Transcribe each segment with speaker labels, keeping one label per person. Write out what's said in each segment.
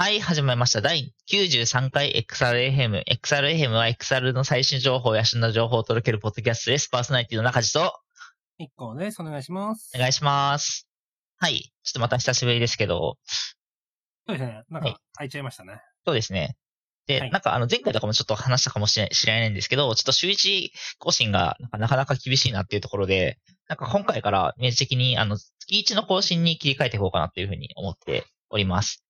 Speaker 1: はい、始まりました。第93回 XRFM。XRFM は XR の最新情報や旬な情報を届けるポッドキャストです。パーソナリティの中地と
Speaker 2: 一個です。お願いします。
Speaker 1: お願いします。はい、ちょっとまた久しぶりですけど、
Speaker 2: そうですね。なん
Speaker 1: はい
Speaker 2: か、開いちゃいましたね。
Speaker 1: そうですね。で、
Speaker 2: はい
Speaker 1: なんかあの前回とかもちょっと話したかもしれ知らないんですけど、ちょっと週一更新がなんかなかなか厳しいなっていうところで、なんか今回から明示的にあの月一の更新に切り替えていこうかなっていうふうに思っております。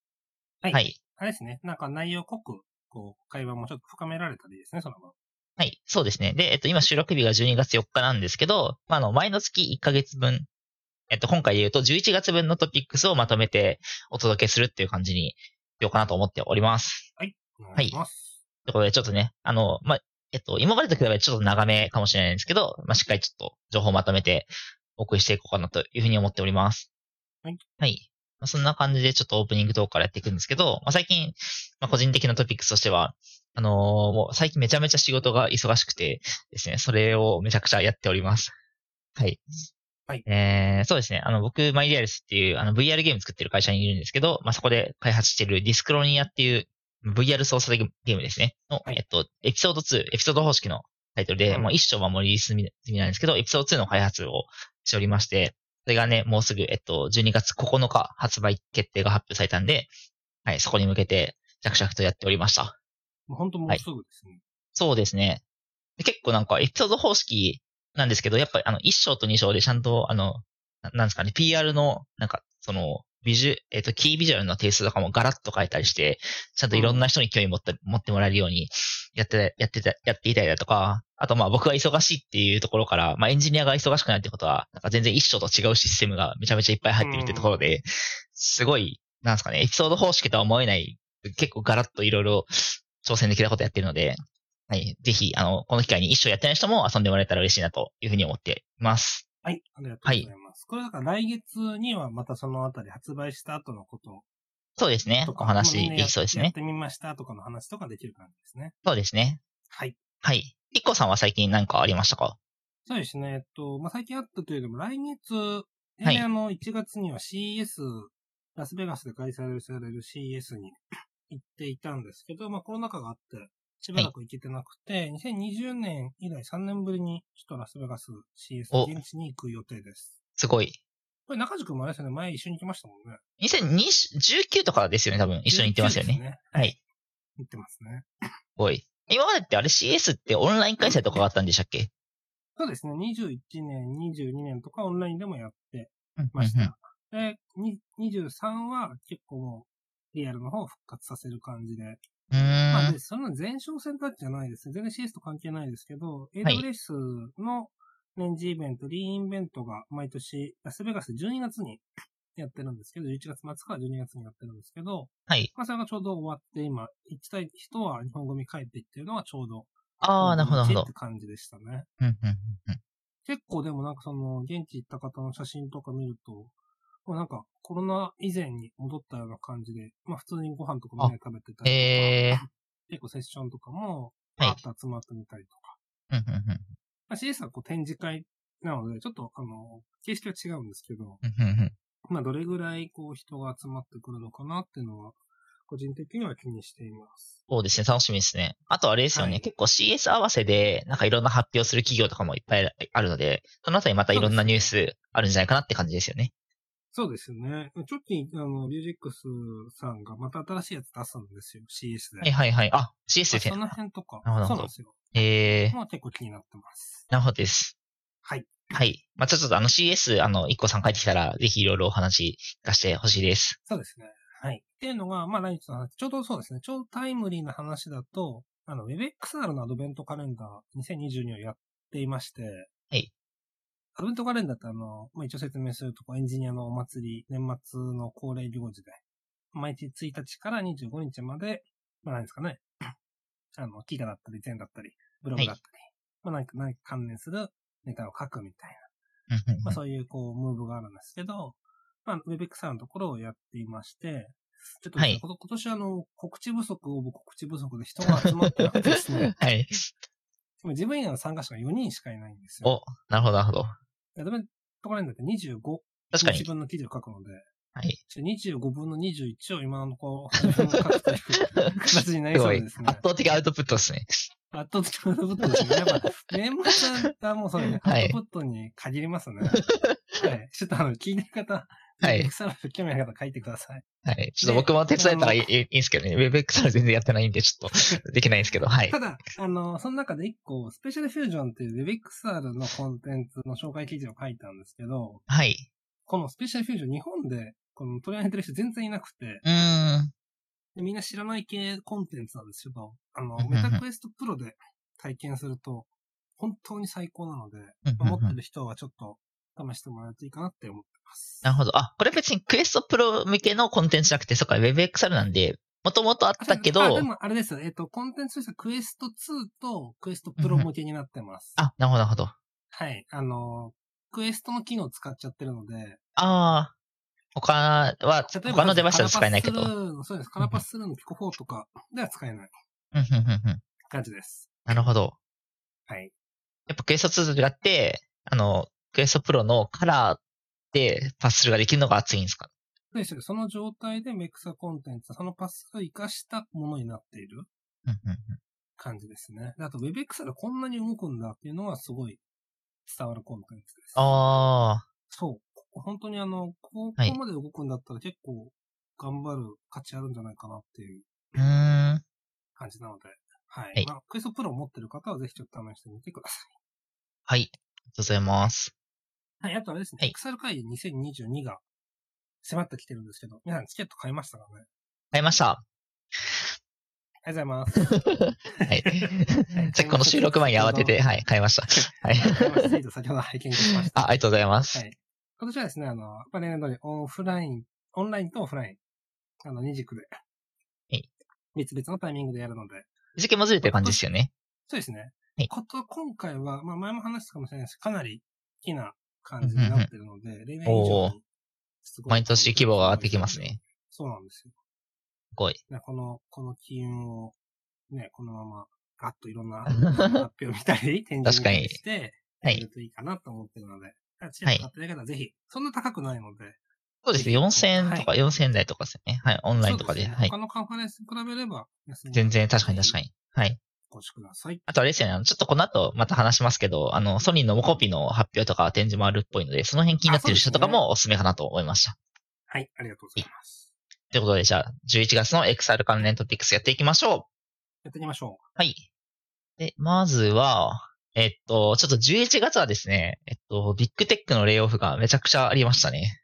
Speaker 2: はい
Speaker 1: はい
Speaker 2: あれですね。なんか内容濃く、こう、会話もちょっと深められたらいいですね、その分。
Speaker 1: はい、そうですね。で、えっと、今収録日が12月4日なんですけど、まあ、あの、前の月1ヶ月分、えっと、今回で言うと11月分のトピックスをまとめてお届けするっていう感じにしようかなと思っております。
Speaker 2: お願いします。
Speaker 1: ということで、ちょっとね、あの、まあ、えっと、今までと比べてちょっと長めかもしれないんですけど、まあ、しっかりちょっと情報をまとめてお送りしていこうかなというふうに思っております。
Speaker 2: はい。
Speaker 1: はい。まあ、そんな感じでちょっとオープニングトークからやっていくんですけど、まあ、最近、まあ、個人的なトピックスとしては、あのーもう最近めちゃめちゃ仕事が忙しくてですね、それをめちゃくちゃやっております。はい。
Speaker 2: はい
Speaker 1: えー、そうですね。あの、僕、マイリアルスっていう、あの、VR ゲーム作ってる会社にいるんですけど、まあ、そこで開発してるディスクロニアっていう VR 操作ゲームですね。の、
Speaker 2: はい
Speaker 1: えっと、エピソード2、エピソード方式のタイトルで、
Speaker 2: うん
Speaker 1: もう一章はもうリリース済み済みなんですけど、エピソード2の開発をしておりまして、それがね、もうすぐ、えっと、12月9日発売決定が発表されたんで、はい、そこに向けて、着々とやっておりました。
Speaker 2: もう本当もうすぐですね。
Speaker 1: そうですね。で結構なんかエピソード方式なんですけど、やっぱりあの、1章と2章でちゃんと、あの、ななんですかね、PR の、なんか、その、ビジュ、えっ、と、キービジュアルの定数とかもガラッと変えたりして、ちゃんといろんな人に興味持って、持ってもらえるように、やって、やってた、やっていたりだとか、あとまあ僕が忙しいっていうところから、まあエンジニアが忙しくなるってことは、なんか全然一章と違うシステムがめちゃめちゃいっぱい入ってるってところで、すごい、なんですかね、エピソード方式とは思えない、結構ガラッといろいろ挑戦できたことやってるので、はい、ぜひ、あの、この機会に一章やってない人も遊んでもらえたら嬉しいなというふうに思っています。
Speaker 2: はい。ありがとうございます。これだから来月にはまたそのあたり発売した後のこと
Speaker 1: そうですね
Speaker 2: と。か。
Speaker 1: お
Speaker 2: まあみ
Speaker 1: 話
Speaker 2: ん
Speaker 1: で
Speaker 2: なや
Speaker 1: きそうです
Speaker 2: や
Speaker 1: ね
Speaker 2: っ。てみましたとかの話とかできる感じですね。
Speaker 1: そうですね。
Speaker 2: はい。
Speaker 1: はい。いっこさんは最近何かありましたか
Speaker 2: そうですね。えっと、まあ、最近あったというよりも来月、
Speaker 1: はい
Speaker 2: えーあの、1月には CS、ラスベガスで開催される CS に 行っていたんですけど、まあ、コロナ禍があって、しばらく行けてなくて、2020年以来3年ぶりに、ちょっとラスベガス CS
Speaker 1: お
Speaker 2: 現地に行く予定です。
Speaker 1: すごい。
Speaker 2: これ中地君もあれですよね、前一緒に行きましたもんね。
Speaker 1: 2019とかですよね、多分。一緒に行ってますよ
Speaker 2: 19
Speaker 1: ね。
Speaker 2: です
Speaker 1: はい。
Speaker 2: 行ってますね。
Speaker 1: すごい。今までってあれ CS ってオンライン開催とかがあったんでしたっけ
Speaker 2: そうですね、21年、22年とかオンラインでもやって、
Speaker 1: うん
Speaker 2: まし
Speaker 1: うんうん
Speaker 2: た。で、に23は結構もう、リアルの方を復活させる感じで。
Speaker 1: うー
Speaker 2: まあ、
Speaker 1: ん
Speaker 2: で、。その前哨戦だけじゃないですね。全然 CS と関係ないですけど、
Speaker 1: はい
Speaker 2: AWS の年次イベント、リーインベントが毎年、ラスベガスで12月にやってるんですけど、11月末から12月にやってるんですけど、
Speaker 1: はい。
Speaker 2: まあ、それがちょうど終わって、今、行きたい人は日本組帰っていっていうのはちょうど。
Speaker 1: ああ、なるほど、なるほ
Speaker 2: っ
Speaker 1: ど
Speaker 2: て。感じでしたね。
Speaker 1: うんうんうんうん
Speaker 2: 結構でもなんかその、現地行った方の写真とか見ると、もうなんかコロナ以前に戻ったような感じで、まあ普通にご飯とかみんなで食べてたりとか、
Speaker 1: え
Speaker 2: 結構セッションとかも、
Speaker 1: はい
Speaker 2: あと集まってみたりとか。
Speaker 1: ー。うんうんうん
Speaker 2: まあ、CS はこう展示会なので、ちょっとあの、形式は違うんですけど、
Speaker 1: うんうんうん
Speaker 2: まあどれぐらいこう人が集まってくるのかなっていうのは、個人的には気にしています。
Speaker 1: そうですね、楽しみですね。あとあれですよね、
Speaker 2: はい
Speaker 1: 結構 CS 合わせで、なんかいろんな発表する企業とかもいっぱいあるので、そのあたりまたいろんなニュースあるんじゃないかなって感じですよね。
Speaker 2: そうですね。ちょっと、あの、リュージックスさんがまた新しいやつ出すんですよ、CS で。
Speaker 1: はいはいはい。あ、CS です
Speaker 2: そ
Speaker 1: ね
Speaker 2: の。辺とか。
Speaker 1: なるほど
Speaker 2: そうなんですよ。
Speaker 1: えー、
Speaker 2: まあ結構気になってます。
Speaker 1: なるほどです。
Speaker 2: はい。
Speaker 1: はい。まあ、ちょっとあの CS、あの、一個さん帰ってきたら、ぜひいろいろお話聞かせてほしいです。
Speaker 2: そうですね。はい。っていうのが、まあ来日の話、ちょうどそうですね、超タイムリーな話だと、あの、WebXR のアドベントカレンダー2022をやっていまして、
Speaker 1: はい。
Speaker 2: アドベントカレンダーってあの、まあ一応説明すると、こうエンジニアのお祭り、年末の恒例行事で、毎日1日から25日まで、まあ何ですかね、 あの、記画だったり、善だったり、ブログだったり、まあ何か、何か関連するネタを書くみたいな。
Speaker 1: うんうんうん
Speaker 2: まあ、そういう、こう、ムーブがあるんですけど、まあ、ウェブエクサのところをやっていまして、ちょっと、
Speaker 1: はい、
Speaker 2: こと今年あの、告知不足、応募告知不足で人が集まってなくてですね
Speaker 1: はい。
Speaker 2: 今自分以外の参加者が4人しかいないんです
Speaker 1: お
Speaker 2: よ。、
Speaker 1: なるほど、なるほど。
Speaker 2: アドベントカレンダーって25
Speaker 1: 確か
Speaker 2: 自
Speaker 1: に。
Speaker 2: 分の記事を書くので、
Speaker 1: はい。
Speaker 2: ちょ25分の21を今のところ、書くという形になり
Speaker 1: す
Speaker 2: そ
Speaker 1: ご
Speaker 2: う
Speaker 1: い
Speaker 2: ですね。
Speaker 1: 圧倒的アウトプットですね。
Speaker 2: 圧倒的なアウトプットですね。やっぱ、年末はもうそうね、
Speaker 1: はい
Speaker 2: アウトプットに限りますね。はい。ちょっとあの、聞いてる方、
Speaker 1: は
Speaker 2: エ
Speaker 1: い
Speaker 2: ク。サル興味ある方書いてください。
Speaker 1: はい。ちょっと僕も手伝えたらいいいいんですけどね。ウェブエクサル全然やってないんで、ちょっ とできないんですけど。はい
Speaker 2: た。だ、あの、その中で一個、スペシャルフュージョンっていう WebXR のコンテンツの紹介記事を書いたんですけど、
Speaker 1: はい。
Speaker 2: このスペシャルフュージョン日本でこの取り上げてる人全然いなくて、
Speaker 1: うーん。
Speaker 2: でみんな知らない系コンテンツなんですけど、あの
Speaker 1: うんうんう、ん
Speaker 2: メタクエストプロで体験すると、本当に最高なので、
Speaker 1: うん
Speaker 2: まあ持
Speaker 1: うんう
Speaker 2: って
Speaker 1: ん
Speaker 2: る人はちょっと試してもらうといいかなって思ってます。
Speaker 1: なるほど。あ、これ別にクエストプロ向けのコンテンツじゃなくて、そっか、ウェブエクサルなんで、もともとあっ
Speaker 2: あ
Speaker 1: たけ
Speaker 2: あで
Speaker 1: ど、
Speaker 2: もあれです。えっ、と、コンテンツとしてはクエスト2とクエストプロ向けになってます。
Speaker 1: あ、なるほど、なるほど。
Speaker 2: はい。あの、クエストの機能を使っちゃってるので、
Speaker 1: ああ、他は、
Speaker 2: 例えば、
Speaker 1: 他のデバイスでは使えないけど。
Speaker 2: カ
Speaker 1: うん
Speaker 2: ラパスルーのそうです。カラパスルーのピコ4とかでは使えない
Speaker 1: うんうんうん
Speaker 2: 感じです。
Speaker 1: なるほど。
Speaker 2: はい。
Speaker 1: やっぱクエスト2と違って、あの、クエストプロのカラーでパススルーができるのが熱いんですか
Speaker 2: そうですよねその状態でメクサコンテンツ、そのパスを活かしたものになっている
Speaker 1: うんうんうん
Speaker 2: 感じですね。であと、WebX がこんなに動くんだっていうのはすごい伝わるコンテンツです。
Speaker 1: ああ、
Speaker 2: そう。ここ本当にあの、ここ
Speaker 1: はい
Speaker 2: まで動くんだったら結構頑張る価値あるんじゃないかなっていう
Speaker 1: うーん。
Speaker 2: 感じなので。はい。
Speaker 1: はい
Speaker 2: まあ、クエストプロを持ってる方はぜひちょっと試してみてくださ
Speaker 1: は
Speaker 2: い。
Speaker 1: い。ありがとうございます。
Speaker 2: はい、あとあれですね、
Speaker 1: はい
Speaker 2: XR 会議2022が迫ってきてるんですけど、皆さんチケット買いましたかね
Speaker 1: 買いました。
Speaker 2: ありがとうございます。
Speaker 1: はい
Speaker 2: い。
Speaker 1: さっきこの収録前に慌てて、はい、買いました。 はい。
Speaker 2: 買いましたツイート先ほど拝見しました。
Speaker 1: あ、ありがとうございます。
Speaker 2: はい今年はですね、あの、やっぱり例年通りオフライン、オンラインとオフライン、あの、二軸で、
Speaker 1: い
Speaker 2: 別々のタイミングでやるので、
Speaker 1: 日付もずれてる感じですよね。
Speaker 2: そうですね。
Speaker 1: はい
Speaker 2: こと、今回は、まあ前も話したかもしれないですかなり大きな感じになってるので、例年以上
Speaker 1: おー
Speaker 2: にすごい
Speaker 1: 毎年規模が上がってきますね。。
Speaker 2: そうなんですよ。
Speaker 1: すごい。
Speaker 2: ね、この、この機運を、ね、このまま、ガッといろ んな発表みたり、展示
Speaker 1: 確かに
Speaker 2: 見たりして、
Speaker 1: は
Speaker 2: や
Speaker 1: い
Speaker 2: るといいかなと思ってるので、チケット買ってない方はぜひ、そんな高くないので、
Speaker 1: そうですね。4000とか
Speaker 2: は
Speaker 1: 4000台とかですよね。はい。オンラインとかで。
Speaker 2: そうすね
Speaker 1: はい
Speaker 2: 他。のカンファレンスに比べれば、安いので
Speaker 1: 全然、確かに確か。
Speaker 2: ぜ
Speaker 1: に。はい。
Speaker 2: ひお越しください。
Speaker 1: あとあれですよね、あのちょっとこの後また話しますけど、あの、ソニーのモコピの発表とか展示もあるっぽいので、その辺気になってる人とかもおすすめかなと思いました。
Speaker 2: はい、ありがとうございます。
Speaker 1: ということで、じゃあ、11月の XR 関連トピックスやっていきましょう。
Speaker 2: やっていきましょう。
Speaker 1: はい。で、まずは、えっと、ちょっと11月はですね、えっと、ビッグテックのレイオフがめちゃくちゃありましたね。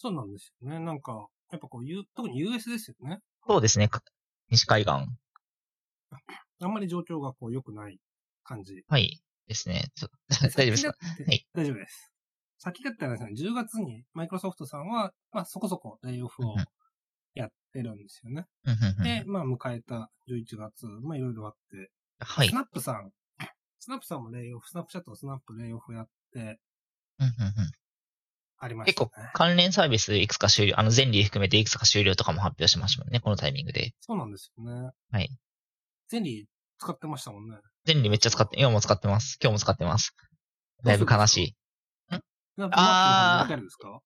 Speaker 2: そうなんですよね。なんか、やっぱこう、U- 特に US ですよね。
Speaker 1: そうですね、西海岸。
Speaker 2: あんまり状況がこう、良くない感じ。
Speaker 1: はい。ですね。ちょ 大丈夫ですか
Speaker 2: 先立って
Speaker 1: はい
Speaker 2: 大丈夫です。先だったらですね、10月にマイクロソフトさんは、まあそこそこレイオフを
Speaker 1: うんうん
Speaker 2: やってるんですよね。
Speaker 1: うんうんうん
Speaker 2: で、まあ迎えた11月、まあいろいろあって、
Speaker 1: はい
Speaker 2: ス。ナップさん、スナップさんもレイオフ、スナップチャットとスナップレイオフやって
Speaker 1: うんうんうん
Speaker 2: ありまし
Speaker 1: 結
Speaker 2: たね
Speaker 1: 構。関連サービスいくつか終了、あの、全理含めていくつか終了とかも発表しましたもんね、このタイミングで。
Speaker 2: そうなんですよね。
Speaker 1: はい。
Speaker 2: ゼリー使ってましたもんね。
Speaker 1: 全理めっちゃ使って、今も使ってます。今日も使ってます。だいぶ悲しい。
Speaker 2: スナップ
Speaker 1: あー
Speaker 2: スナップの方に入れたりですか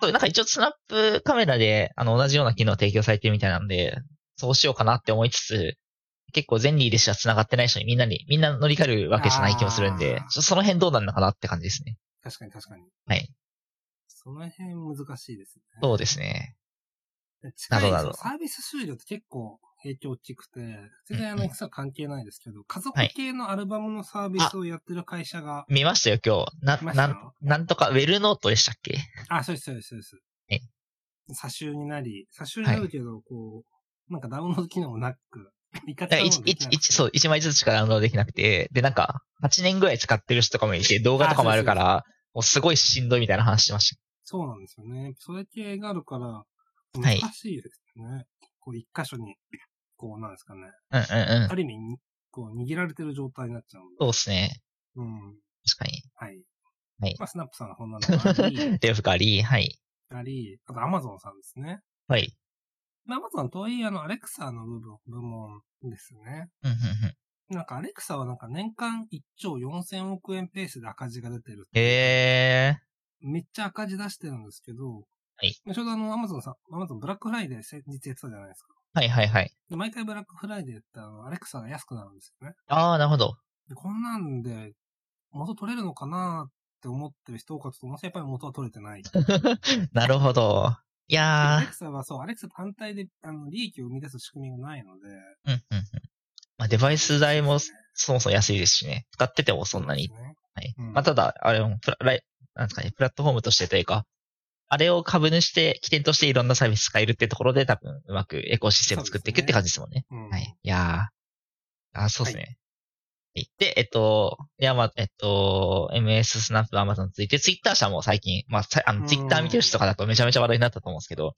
Speaker 1: そう、なんか一応スナップカメラで、あの、同じような機能を提供されてるみたいなんで、そうしようかなって思いつつ、結構ゼンリーでしか繋がってない人にみんなに、みんな乗り換えるわけじゃない気もするんで
Speaker 2: あー、
Speaker 1: ちょその辺どうなるのかなって感じですね。
Speaker 2: 確かに確かに。
Speaker 1: はい。
Speaker 2: その辺難しいですね。
Speaker 1: そうですね。
Speaker 2: 近い
Speaker 1: なるほど
Speaker 2: サービス終了って結構影響大きくて、全然あ
Speaker 1: うんう
Speaker 2: の、
Speaker 1: ん
Speaker 2: 実は関係ないですけど、家族
Speaker 1: はい
Speaker 2: 系のアルバムのサービスをやってる会社が、
Speaker 1: 見ましたよ、今日。な、
Speaker 2: いました
Speaker 1: なん、なんとか、ウェルノートでしたっけ
Speaker 2: あ、そうです、そうです、そうです。
Speaker 1: え
Speaker 2: 差集になり、差集になるけど、こう、なんかダウンロード機能もなく、 一括
Speaker 1: だから
Speaker 2: ダウンロ
Speaker 1: 一
Speaker 2: ードでき
Speaker 1: 一
Speaker 2: なく
Speaker 1: 一そう、一枚ずつしかダウンロードできなくて、で、なんか、8年ぐらい使ってる人とかもいて、動画とかもあるから、もうすごいしんどいみたいな話してました。
Speaker 2: そうなんですよね。それ系があるから、難
Speaker 1: い
Speaker 2: しいですね。こう、一箇所に、こう、なんですかね。
Speaker 1: うんうんうん
Speaker 2: あ。る意味に、こう、握られてる状態になっちゃうんで。
Speaker 1: そうですね。
Speaker 2: うん。
Speaker 1: 確かに。
Speaker 2: はい。
Speaker 1: はい
Speaker 2: まあ、スナップさんはこんなのがあり、
Speaker 1: レオフがあり、はい。
Speaker 2: あり、あとアマゾンさんですね。
Speaker 1: はい。
Speaker 2: アマゾンとはいえ、あの、アレクサの部分、部門ですね。
Speaker 1: うんうんうん。
Speaker 2: なんかアレクサはなんか年間1兆4000億円ペースで赤字が出てる。
Speaker 1: ええ
Speaker 2: めっちゃ赤字出してるんですけど、
Speaker 1: はい
Speaker 2: ちょうどあの、アマゾンさん、アマゾンブラックフライデー先日やってたじゃないですか。
Speaker 1: はいはいはい。
Speaker 2: で、毎回ブラックフライデーってあの、アレクサが安くなるんですよね。
Speaker 1: ああ、なるほど。
Speaker 2: で、こんなんで、元取れるのかなって思ってる人多かったと思うんですけどやっぱり元は取れ てない。
Speaker 1: なるほど。い
Speaker 2: アレ
Speaker 1: や
Speaker 2: クサはそう、アレクサ単体で、あの、利益を生み出す仕組みがないので。
Speaker 1: ー、うんうんうん。まあ、デバイス代も
Speaker 2: そうですね
Speaker 1: そもそも安いですしね。使っててもそんなに。
Speaker 2: そうですね
Speaker 1: はい。
Speaker 2: うん
Speaker 1: まあ、ただ、あれもプラ、ライなんですかね、プラットフォームとしてというか、あれを株主で、起点としていろんなサービス使えるってところで、多分、うまくエコシステム作っていくって感じですもんね。
Speaker 2: うん。
Speaker 1: はい。いやー。あ、そうですね。はいで、えっと、ヤマ、えっと、MS スナップ、アマゾンについて、ツイッター社も最近、まあ、さあ
Speaker 2: う
Speaker 1: の、
Speaker 2: ん
Speaker 1: ツイッター見てる人とかだとめちゃめちゃ話題になったと思うんですけど、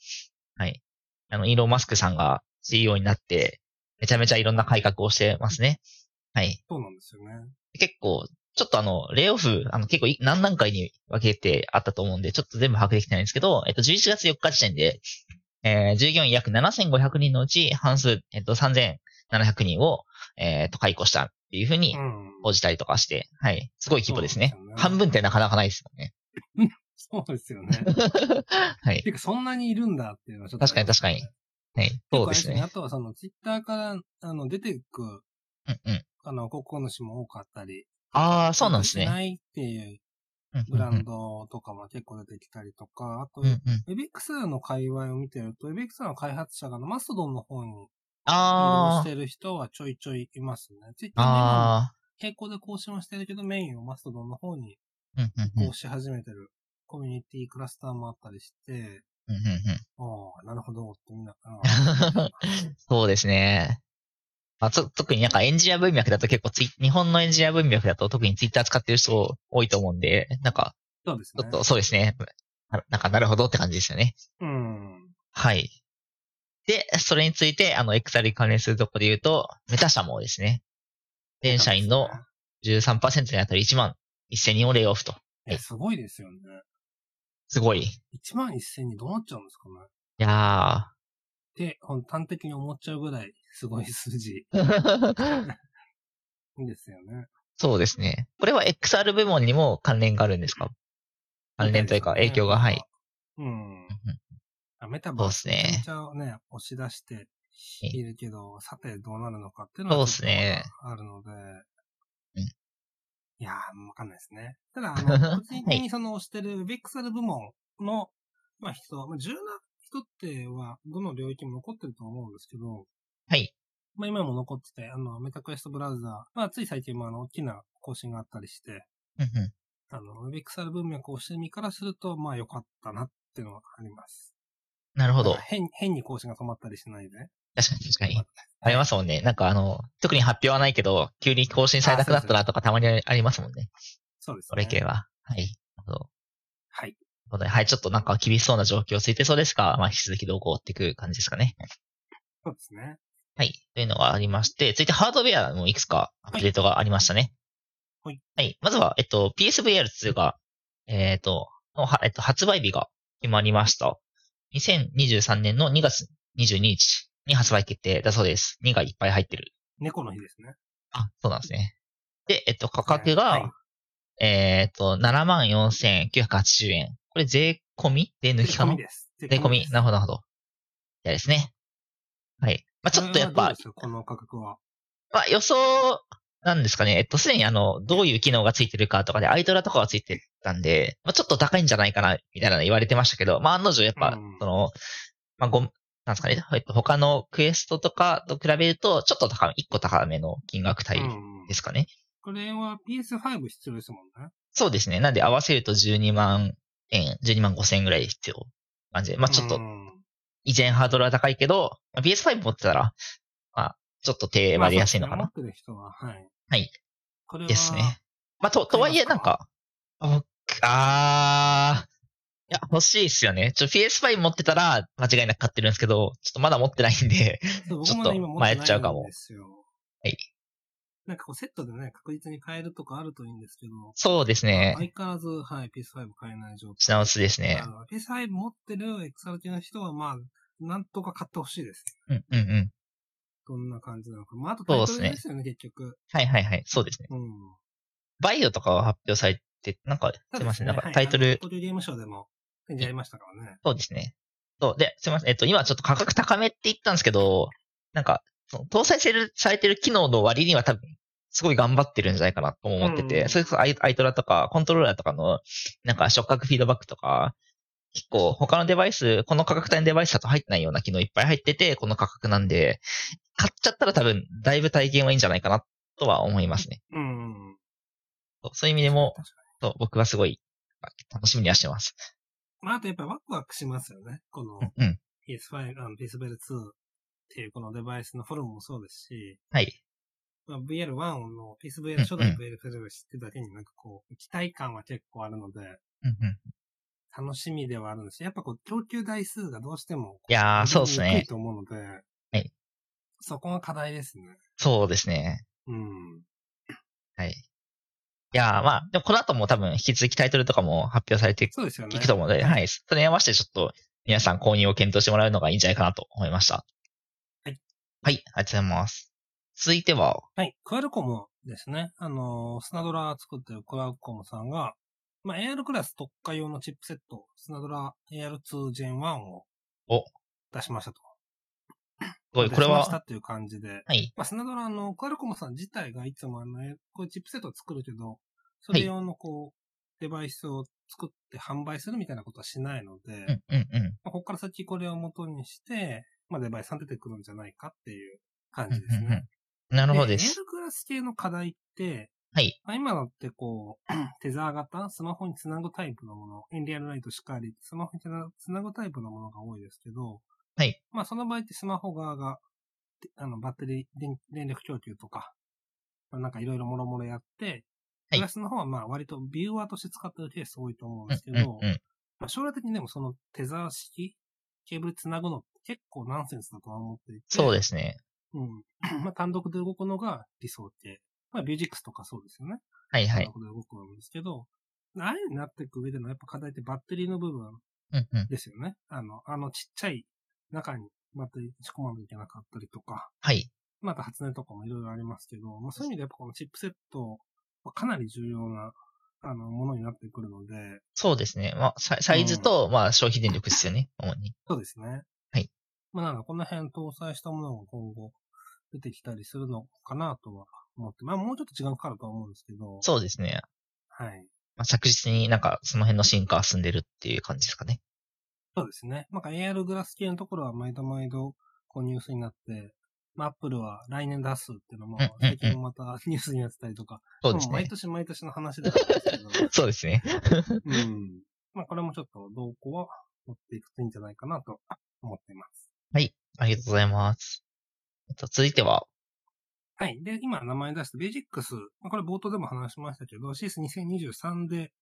Speaker 1: はい。あの、イーロン・マスクさんが CEO になって、めちゃめちゃいろんな改革をしてますね。はい。
Speaker 2: そうなんですよね。
Speaker 1: 結構、ちょっとあの、レイオフ、あの、結構い何段階に分けてあったと思うんで、ちょっと全部把握できてないんですけど、えっと、11月4日時点で、えー従業員約7500人のうち、半数、えっと、3700人を、えーっと、解雇したっていうふうに
Speaker 2: うん。
Speaker 1: 報じたりとかして、はい。すごい規模ですね
Speaker 2: そうなんですよ。ね
Speaker 1: 半分ってなかなかないですもんね。
Speaker 2: そうですよね。
Speaker 1: はい。
Speaker 2: てか、そんなにいるんだっていうのはちょっと。
Speaker 1: 確かに確かに。はい。そうです
Speaker 2: 結構あれ
Speaker 1: ね。
Speaker 2: あとはその、ツイッターから、あの、出てく、
Speaker 1: うんうん。
Speaker 2: あの、広告主も多かったり。
Speaker 1: ああ、そうなんです
Speaker 2: し
Speaker 1: ね。
Speaker 2: ないっていう
Speaker 1: うんうん
Speaker 2: ブ
Speaker 1: う
Speaker 2: ラン
Speaker 1: ん。
Speaker 2: ドとかも結構出てきたりとか、あと
Speaker 1: うん、うん。
Speaker 2: エビクサの界隈を見てると、エビクサの開発者があのマストドンの方に
Speaker 1: あ
Speaker 2: し
Speaker 1: あ、
Speaker 2: てる人はちょいちょいいますね。ツイッターで今
Speaker 1: あ
Speaker 2: 並行で更新をしてるけど、メインをマストドンの方に
Speaker 1: あ、うんうんうん。
Speaker 2: こうし始めてるコミュニティクラスターもあったりして、
Speaker 1: うんうんうん。
Speaker 2: ああ、なるほどってみんな、 あ
Speaker 1: そうですね。まあ、と特になんかエンジニア文脈だと結構ツイ、日本のエンジニア文脈だと特にツイッター使ってる人多いと思うんで、なんか、
Speaker 2: そうです
Speaker 1: ち
Speaker 2: ね
Speaker 1: ょっ。とそうですね。ななんか、なるほどって感じですよね。
Speaker 2: うん。
Speaker 1: はい。で、それについて、あの、エクサリ関連するところで言うと、メタ社もですね、全社員の13%にあたり1万1000人をレイオフと。
Speaker 2: いや。すごいですよね。
Speaker 1: すごい。い
Speaker 2: 1万1000人どうなっちゃうんですかね。
Speaker 1: や
Speaker 2: って、ほん端的に思っちゃうぐらい、すごい数字
Speaker 1: ー。
Speaker 2: ですよね。
Speaker 1: そうですね。これは XR 部門にも関連があるんですか関連というか影響が、はい。。
Speaker 2: うん。あメタ
Speaker 1: そう
Speaker 2: バ
Speaker 1: で
Speaker 2: ース
Speaker 1: すね
Speaker 2: めちゃめちゃね、押し出しているけど、さてどうなるのかっていうの
Speaker 1: そう
Speaker 2: は
Speaker 1: ですね
Speaker 2: あるので、
Speaker 1: うん
Speaker 2: いやー、わかんないですね。ただ、あの、個人
Speaker 1: は
Speaker 2: 的
Speaker 1: い
Speaker 2: にその押してる VXL 部門の、まあ人、まあ、柔軟人っては、どの領域も残ってると思うんですけど、
Speaker 1: はい。
Speaker 2: まあ今も残ってて、あの、メタクエストブラウザー、まあつい最近もあの、大きな更新があったりして、
Speaker 1: うんうん
Speaker 2: あの、ウェクサル文脈をしてみからすると、まあ良かったなっていうのはあります。
Speaker 1: なるほど。
Speaker 2: 変、変に更新が止まったりしないで。
Speaker 1: 確かに確かに。ありますもんね。なんかあの、特に発表はないけど、急に更新されなくなったなとかたまにありますもんね。
Speaker 2: そうです
Speaker 1: そ
Speaker 2: ね。
Speaker 1: れ系は。はい。なるほど
Speaker 2: は
Speaker 1: と
Speaker 2: い。
Speaker 1: いうことではい、ちょっとなんか厳しそうな状況ついてそうですが、まあ引き続き動向を追っていく感じですかね。
Speaker 2: そうですね。
Speaker 1: はい。というのがありまして、続いてハードウェアもいくつかアップデートがありましたね。
Speaker 2: はい。
Speaker 1: はい。まずは、えっと、PSVR2 が、えっと、のはえっと、発売日が決まりました。2023年の2月22日に発売決定だそうです。2がいっぱい入ってる。
Speaker 2: 猫の日ですね。
Speaker 1: あ、そうなんですね。で、えっと、価
Speaker 2: はい
Speaker 1: 格
Speaker 2: はい
Speaker 1: が、えっと、74,980円。これ税込みで抜きか
Speaker 2: 税込
Speaker 1: な
Speaker 2: みです。
Speaker 1: 税込み。なるほど、なるほど。いやですね。はい。まあ、
Speaker 2: こ
Speaker 1: ち
Speaker 2: れ
Speaker 1: ょ
Speaker 2: は
Speaker 1: っとやっ
Speaker 2: どう
Speaker 1: ぱ
Speaker 2: で、すかこの価格は。
Speaker 1: まあ、予想なんですかね。えっと、すでにあの、どういう機能がついてるかとかで、アイドラとかはついてたんで、まあ、ちょっと高いんじゃないかな、みたいなの言われてましたけど、まあ、案の定やっぱ
Speaker 2: うん、
Speaker 1: その、まあ、ご、なんですかね。えっと他のクエストとかと比べると、ちょっと高め、1個高めの金額帯
Speaker 2: うん
Speaker 1: ですかね。
Speaker 2: これは PS5 必要ですもんね。
Speaker 1: そうですね。なんで合わせると12万円、12万5千円ぐらい必要。感じで。まあちょっ
Speaker 2: う
Speaker 1: と、
Speaker 2: ん
Speaker 1: 以前ハードルは高いけど、まあ PS5 持ってたら、まあちょっと手割りやすいのか
Speaker 2: まあ
Speaker 1: な。
Speaker 2: そうですね持ってる人は、はい。
Speaker 1: はい。
Speaker 2: これは、
Speaker 1: ですね。まあと、とはいえな
Speaker 2: 買
Speaker 1: いん
Speaker 2: ますか
Speaker 1: か、僕あー、いや、欲しいっすよね。ちょ、PS5 持ってたら間違いなく買ってるんですけど、ちょっとまだ持ってないんで、
Speaker 2: そう
Speaker 1: ち
Speaker 2: 僕
Speaker 1: ょっ
Speaker 2: もね
Speaker 1: と
Speaker 2: 今持って
Speaker 1: 迷っちゃうか
Speaker 2: ない
Speaker 1: も
Speaker 2: んですよ。
Speaker 1: はい。
Speaker 2: なんかこうセットでね、確実に買えるとかあるといいんですけど、
Speaker 1: そうですね。
Speaker 2: 相変わらず、はい、PS5 買えない状態。
Speaker 1: 品薄ですね
Speaker 2: あ。の PS5 持ってる XRT の人は、まあ、なんとか買ってほしいです。
Speaker 1: うんうんうん。
Speaker 2: どんな感じなのか。まあ、あとタイトルですよね、結局。
Speaker 1: はいはいはい。そうですね。
Speaker 2: うん。
Speaker 1: バイオとかは発表されて、なんか、すいません。なんかタイトル
Speaker 2: 東京ゲームショーでも、ね、出会いましたからね。
Speaker 1: そうですね。そう。で、すみません。えっと、今ちょっと価格高めって言ったんですけど、なんか、その搭載されるされてる機能の割には多分、すごい頑張ってるんじゃないかなとも思ってて、
Speaker 2: うん
Speaker 1: それこそアイアイトラとか、コントローラーとかの、なんか触覚フィードバックとか、結構他のデバイス、この価格帯のデバイスだと入ってないような機能いっぱい入ってて、この価格なんで、買っちゃったら多分、だいぶ体験はいいんじゃないかなとは思いますね。
Speaker 2: うん。うん
Speaker 1: そうそういう意味でも、
Speaker 2: 確か
Speaker 1: そう僕はすごい楽しみにはしてます。
Speaker 2: に。まあ、あとやっぱワクワクしますよね。この
Speaker 1: うん。
Speaker 2: PS5、あの PS5 2っていうこのデバイスのフォルムもそうですし、
Speaker 1: はい。
Speaker 2: まあ、VR1 の PSVR
Speaker 1: うん
Speaker 2: 初代 VR5 を知ってるだけになんかこう、期待感は結構あるので、
Speaker 1: うんうん、
Speaker 2: 楽しみではあるんですし、やっぱこう、供給台数がどうしても、
Speaker 1: いやー、そうです
Speaker 2: 伸びにく
Speaker 1: ね
Speaker 2: い。と思うので、
Speaker 1: い
Speaker 2: そこが課題ですね。
Speaker 1: そうですね。
Speaker 2: うん。
Speaker 1: はい。いやーまあ、でもこの後も多分引き続きタイトルとかも発表されて
Speaker 2: そうですよね。
Speaker 1: いくと思うので、はい。それに合わせてちょっと皆さん購入を検討してもらうのがいいんじゃないかなと思いました。
Speaker 2: はい。
Speaker 1: はい、ありがとうございます。続いては、
Speaker 2: はい。クアルコムですね。あのースナドラ作ってるクアルコムさんが、まあ、AR クラス特化用のチップセット、スナドラ AR2 Gen1 を
Speaker 1: お
Speaker 2: 出しましたと。
Speaker 1: すごい、これ
Speaker 2: 出しました
Speaker 1: は、
Speaker 2: っていう感じで。
Speaker 1: はい。
Speaker 2: まあ、スナドラのクアルコムさん自体がいつもあの、えこういうチップセットを作るけど、それ用のこう、デバイスを作って販売するみたいなことはしないの
Speaker 1: うん、
Speaker 2: で、
Speaker 1: うん、うん。
Speaker 2: まあ、ここから先これを元にして、まあ、デバイスが出てくるんじゃないかっていう
Speaker 1: う
Speaker 2: 感
Speaker 1: ん
Speaker 2: じです
Speaker 1: うん
Speaker 2: ね。
Speaker 1: うんなるほどで
Speaker 2: エ
Speaker 1: す。
Speaker 2: ルクラス系の課題って、
Speaker 1: はい
Speaker 2: まあ、今のってこう、 テザー型、スマホにつなぐタイプのもの、エンリアルライトしかり、スマホにつなぐタイプのものが多いですけど、
Speaker 1: はい
Speaker 2: まあその場合ってスマホ側が、てあの、バッテリー、電電力供給とか、まあなんかいろいろもろもろやって、
Speaker 1: はい
Speaker 2: クラスの方はまあ割とビューアーとして使ってるケース多いと思うん
Speaker 1: う
Speaker 2: で
Speaker 1: ん
Speaker 2: すけ
Speaker 1: うん
Speaker 2: ど、
Speaker 1: うん、
Speaker 2: まあ、将来的にでもそのテザー式、ケーブルつなぐのって結構ナンセンスだとは思っていて、
Speaker 1: そうですね。
Speaker 2: うん。まあ、単独で動くのが理想系。まあ、ビュージックスとかそうですよね。
Speaker 1: はいは
Speaker 2: 単
Speaker 1: い。
Speaker 2: 独で動くんですけど、ああいうになっていく上でのやっぱ課題ってバッテリーの部分
Speaker 1: うんうん、
Speaker 2: ですよね。あの、あのちっちゃい中にバッテリー仕込まなきゃいけなかったりとか、
Speaker 1: はい。
Speaker 2: また発熱とかもいろいろありますけど、まあ、そういう意味でやっぱこのチップセットはかなり重要な、あの、ものになってくるので、
Speaker 1: そうですね。まあ、サイサイズと、まあ、消費電力ですよね、主に。
Speaker 2: そうですね。
Speaker 1: はい。
Speaker 2: まあなんかこの辺搭載したものが今後出てきたりするのかなとは思って、まあもうちょっと時間かかるとは思うんですけど、
Speaker 1: そうですね。
Speaker 2: はい。
Speaker 1: まあ、着実になんか、その辺の進化は進んでるっていう感じですかね。
Speaker 2: そうですね。なんか AR グラス系のところは毎度毎度こうニュースになって、まあ Apple は来年出すっていうのも
Speaker 1: うんうんうん
Speaker 2: 最近また ニュースになってたりとか、
Speaker 1: そうです
Speaker 2: も毎
Speaker 1: ね。
Speaker 2: 年毎年の話ではあるんです けど、
Speaker 1: そうですね。
Speaker 2: うん。まあこれもちょっと動向は持っていくといいんじゃないかなと思っています。
Speaker 1: ありがとうございます。えっと、続いては、
Speaker 2: はい。で、今名前出したベージックス。まあこれ冒頭でも話しましたけど、CS2023 で、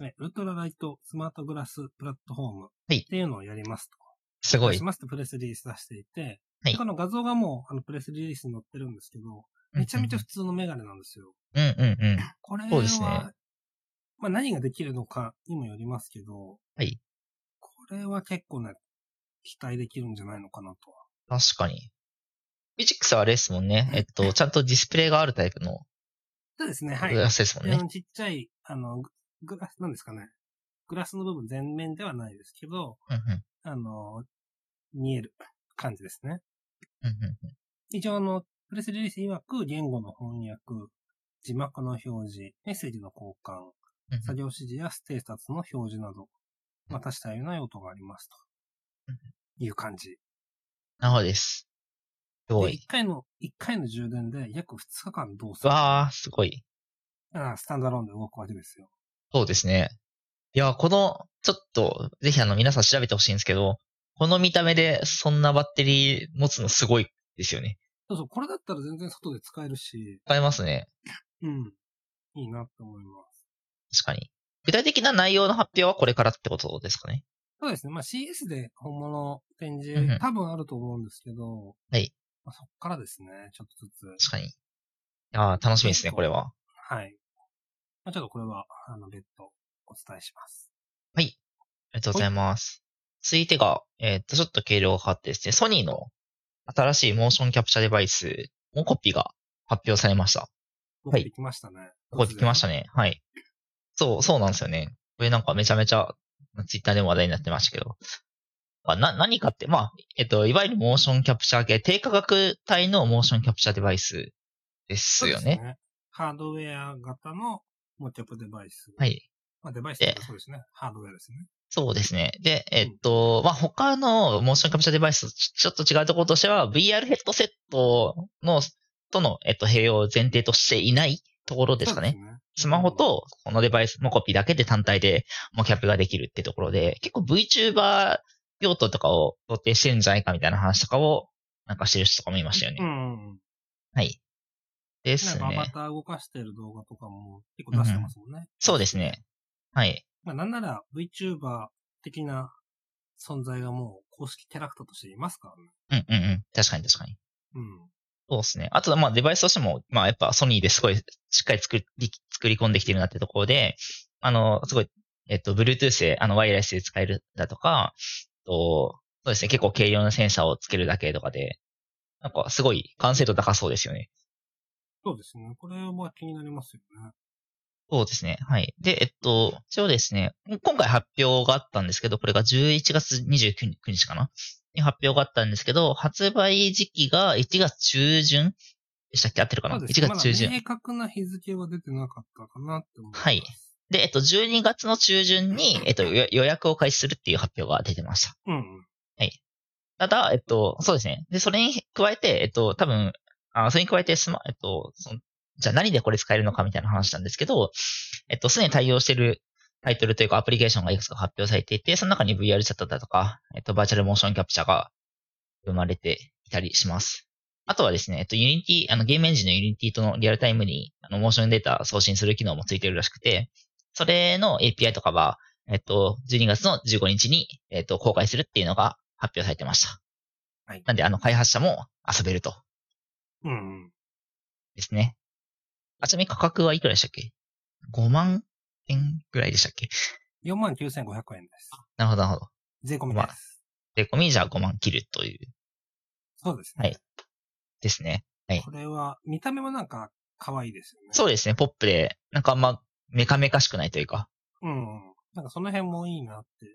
Speaker 2: ねウルトラライトスマートグラスプラットフォーム
Speaker 1: い
Speaker 2: っていうのをやりますと。
Speaker 1: すごい
Speaker 2: し。ますとプレスリリース出していて、
Speaker 1: はい
Speaker 2: この画像がもうあのプレスリリースに載ってるんですけど、めちゃめちゃ普通のメガネなんですよ。
Speaker 1: うんうんうん。
Speaker 2: これは、
Speaker 1: そうですね
Speaker 2: まあ何ができるのかにもよりますけど、
Speaker 1: はい
Speaker 2: これは結構ね、期待できるんじゃないのかなとは。
Speaker 1: 確かに。ミジックスはあれですもんね。えっと、ちゃんとディスプレイがあるタイプの
Speaker 2: そうですね、はい。
Speaker 1: グラスですもん
Speaker 2: であ
Speaker 1: ね。
Speaker 2: のちっちゃい、あの、ググラス、なんですかね。グラスの部分全面ではないですけど、
Speaker 1: うんうん
Speaker 2: あの、見える感じですね。
Speaker 1: うんうんうん
Speaker 2: 一応、あの、プレスリリース曰く、言語の翻訳、字幕の表示、メッセージの交換、
Speaker 1: うん
Speaker 2: 作業指示やステータスの表示など、まあ、多種多様な用途がありますと
Speaker 1: うん。
Speaker 2: いう感じ。
Speaker 1: なるほどです。すご
Speaker 2: で、
Speaker 1: い
Speaker 2: 一。回の、一回の充電で約2日間動作。
Speaker 1: わあ、すごい。
Speaker 2: あスタンダローンで動くわけですよ。
Speaker 1: そうですね。いや、この、ちょっと、ぜひあの、皆さん調べてほしいんですけど、この見た目でそんなバッテリー持つのすごいですよね。
Speaker 2: そうそう、これだったら全然外で使えるし、
Speaker 1: 使えますね。
Speaker 2: うん。いいなって思います。
Speaker 1: 確かに。具体的な内容の発表はこれからってことですかね。
Speaker 2: そうですね。まあ CS で本物
Speaker 1: う
Speaker 2: 展
Speaker 1: んうん
Speaker 2: 示、多分あると思うんですけど、
Speaker 1: はい。
Speaker 2: まあ、そっからですね、ちょっとずつ。
Speaker 1: 確かに。いやー楽しみですね、これは。
Speaker 2: はい。まあ、ちょっとこれは、あの、別途お伝えします。
Speaker 1: ありがとうございます。続いてが、えーっと、ちょっと軽量が変わってですね、ソニーの新しいモーションキャプチャーデバイス、モコピが発表されました。
Speaker 2: 持ってきましたね。
Speaker 1: ここで来ましたね。はい。そう、そうなんですよね。これなんかめちゃめちゃ、ツイッターでも話題になってましたけど。まあな、何かって、まあ、えっと、いわゆるモーションキャプチャー系、低価格帯のモーションキャプチャーデバイスですよね。
Speaker 2: ハードウェア型のモチャップデバイス。
Speaker 1: はい。
Speaker 2: まあ、デバイスっていうかそうですね。ハードウェアですね。
Speaker 1: そうですね。で、えっと、まあ、他のモーションキャプチャーデバイスとちちょっと違うところとしては、VR ヘッドセットの、との、えっと、併用を前提としていないところですかね。
Speaker 2: そうね
Speaker 1: スマホ、とこのデバイスのコピーだけで単体でもうキャップができるってところで、結構 VTuber 用途とかを想定してるんじゃないかみたいな話とかをなんかしてる人とかもいましたよね。
Speaker 2: うん。
Speaker 1: はい。で
Speaker 2: なん
Speaker 1: す
Speaker 2: かアバ
Speaker 1: ね。
Speaker 2: ター動かしてる動画とかも結構出してますもんね。
Speaker 1: そうですね。はい。
Speaker 2: まあ、なんなら VTuber 的な存在がもう公式キャラクターとしていますからね。
Speaker 1: うんうんうん。確かに確かに。
Speaker 2: うん。
Speaker 1: そうですね。あと、まあデバイスとしても、まあやっぱソニーですごいしっかり作り、作り込んできてるなってところで、あの、すごい、えっと、Bluetooth で、あの、ワイヤレスで使えるだとか、と、そうですね、結構軽量なセンサーをつけるだけとかで、なんかすごい完成度高そうですよね。
Speaker 2: そうですね。これは気になりますよね。
Speaker 1: そうですね。はい。で、えっと、一応ですね、今回発表があったんですけど、これが11月29日かなに発表があったんですけど、発売時期が1月中旬でしたっけ合ってるかな
Speaker 2: そ
Speaker 1: ?1
Speaker 2: うです
Speaker 1: 月中旬
Speaker 2: ま。だ明確な日付は出てなかったかなって思います。
Speaker 1: はい。で、えっと、12月の中旬に、えっと、予予約を開始するっていう発表が出てました。
Speaker 2: うんうん。
Speaker 1: ただ、えっと、そうですね。で、それに加えて、えっと、多分、あそれに加えて、スマ、えっと、そのじゃあ何でこれ使えるのかみたいな話なんですけど、えっと、すでに対応しているタイトルというかアプリケーションがいくつか発表されていて、その中に VR チャットだとか、えっと、バーチャルモーションキャプチャーが生まれていたりします。あとはですね、えっと、ユニティ、あの、ゲームエンジンのユニティとのリアルタイムに、あの、モーションデータ送信する機能もついてるらしくて、それの API とかは、えっと、12月の15日に、えっと、公開するっていうのが発表されてました。
Speaker 2: はい。
Speaker 1: なんで、あの、開発者も遊べると。
Speaker 2: うんうん。
Speaker 1: ですね。あ、ちなみに価格はいくらでしたっけ ?5 万円ぐらいでしたっけ
Speaker 2: 49,500円です。
Speaker 1: なるほど、なるほど。
Speaker 2: 税込みです。
Speaker 1: まあ税込みじゃあ5万切るという、
Speaker 2: そうですね。
Speaker 1: はいですね。はい
Speaker 2: これは、見た目もなんか可愛いですよね。
Speaker 1: そうですね、ポップで、なんかあんま、メカメカしくないというか。
Speaker 2: うんうん。なんかその辺もいいなって。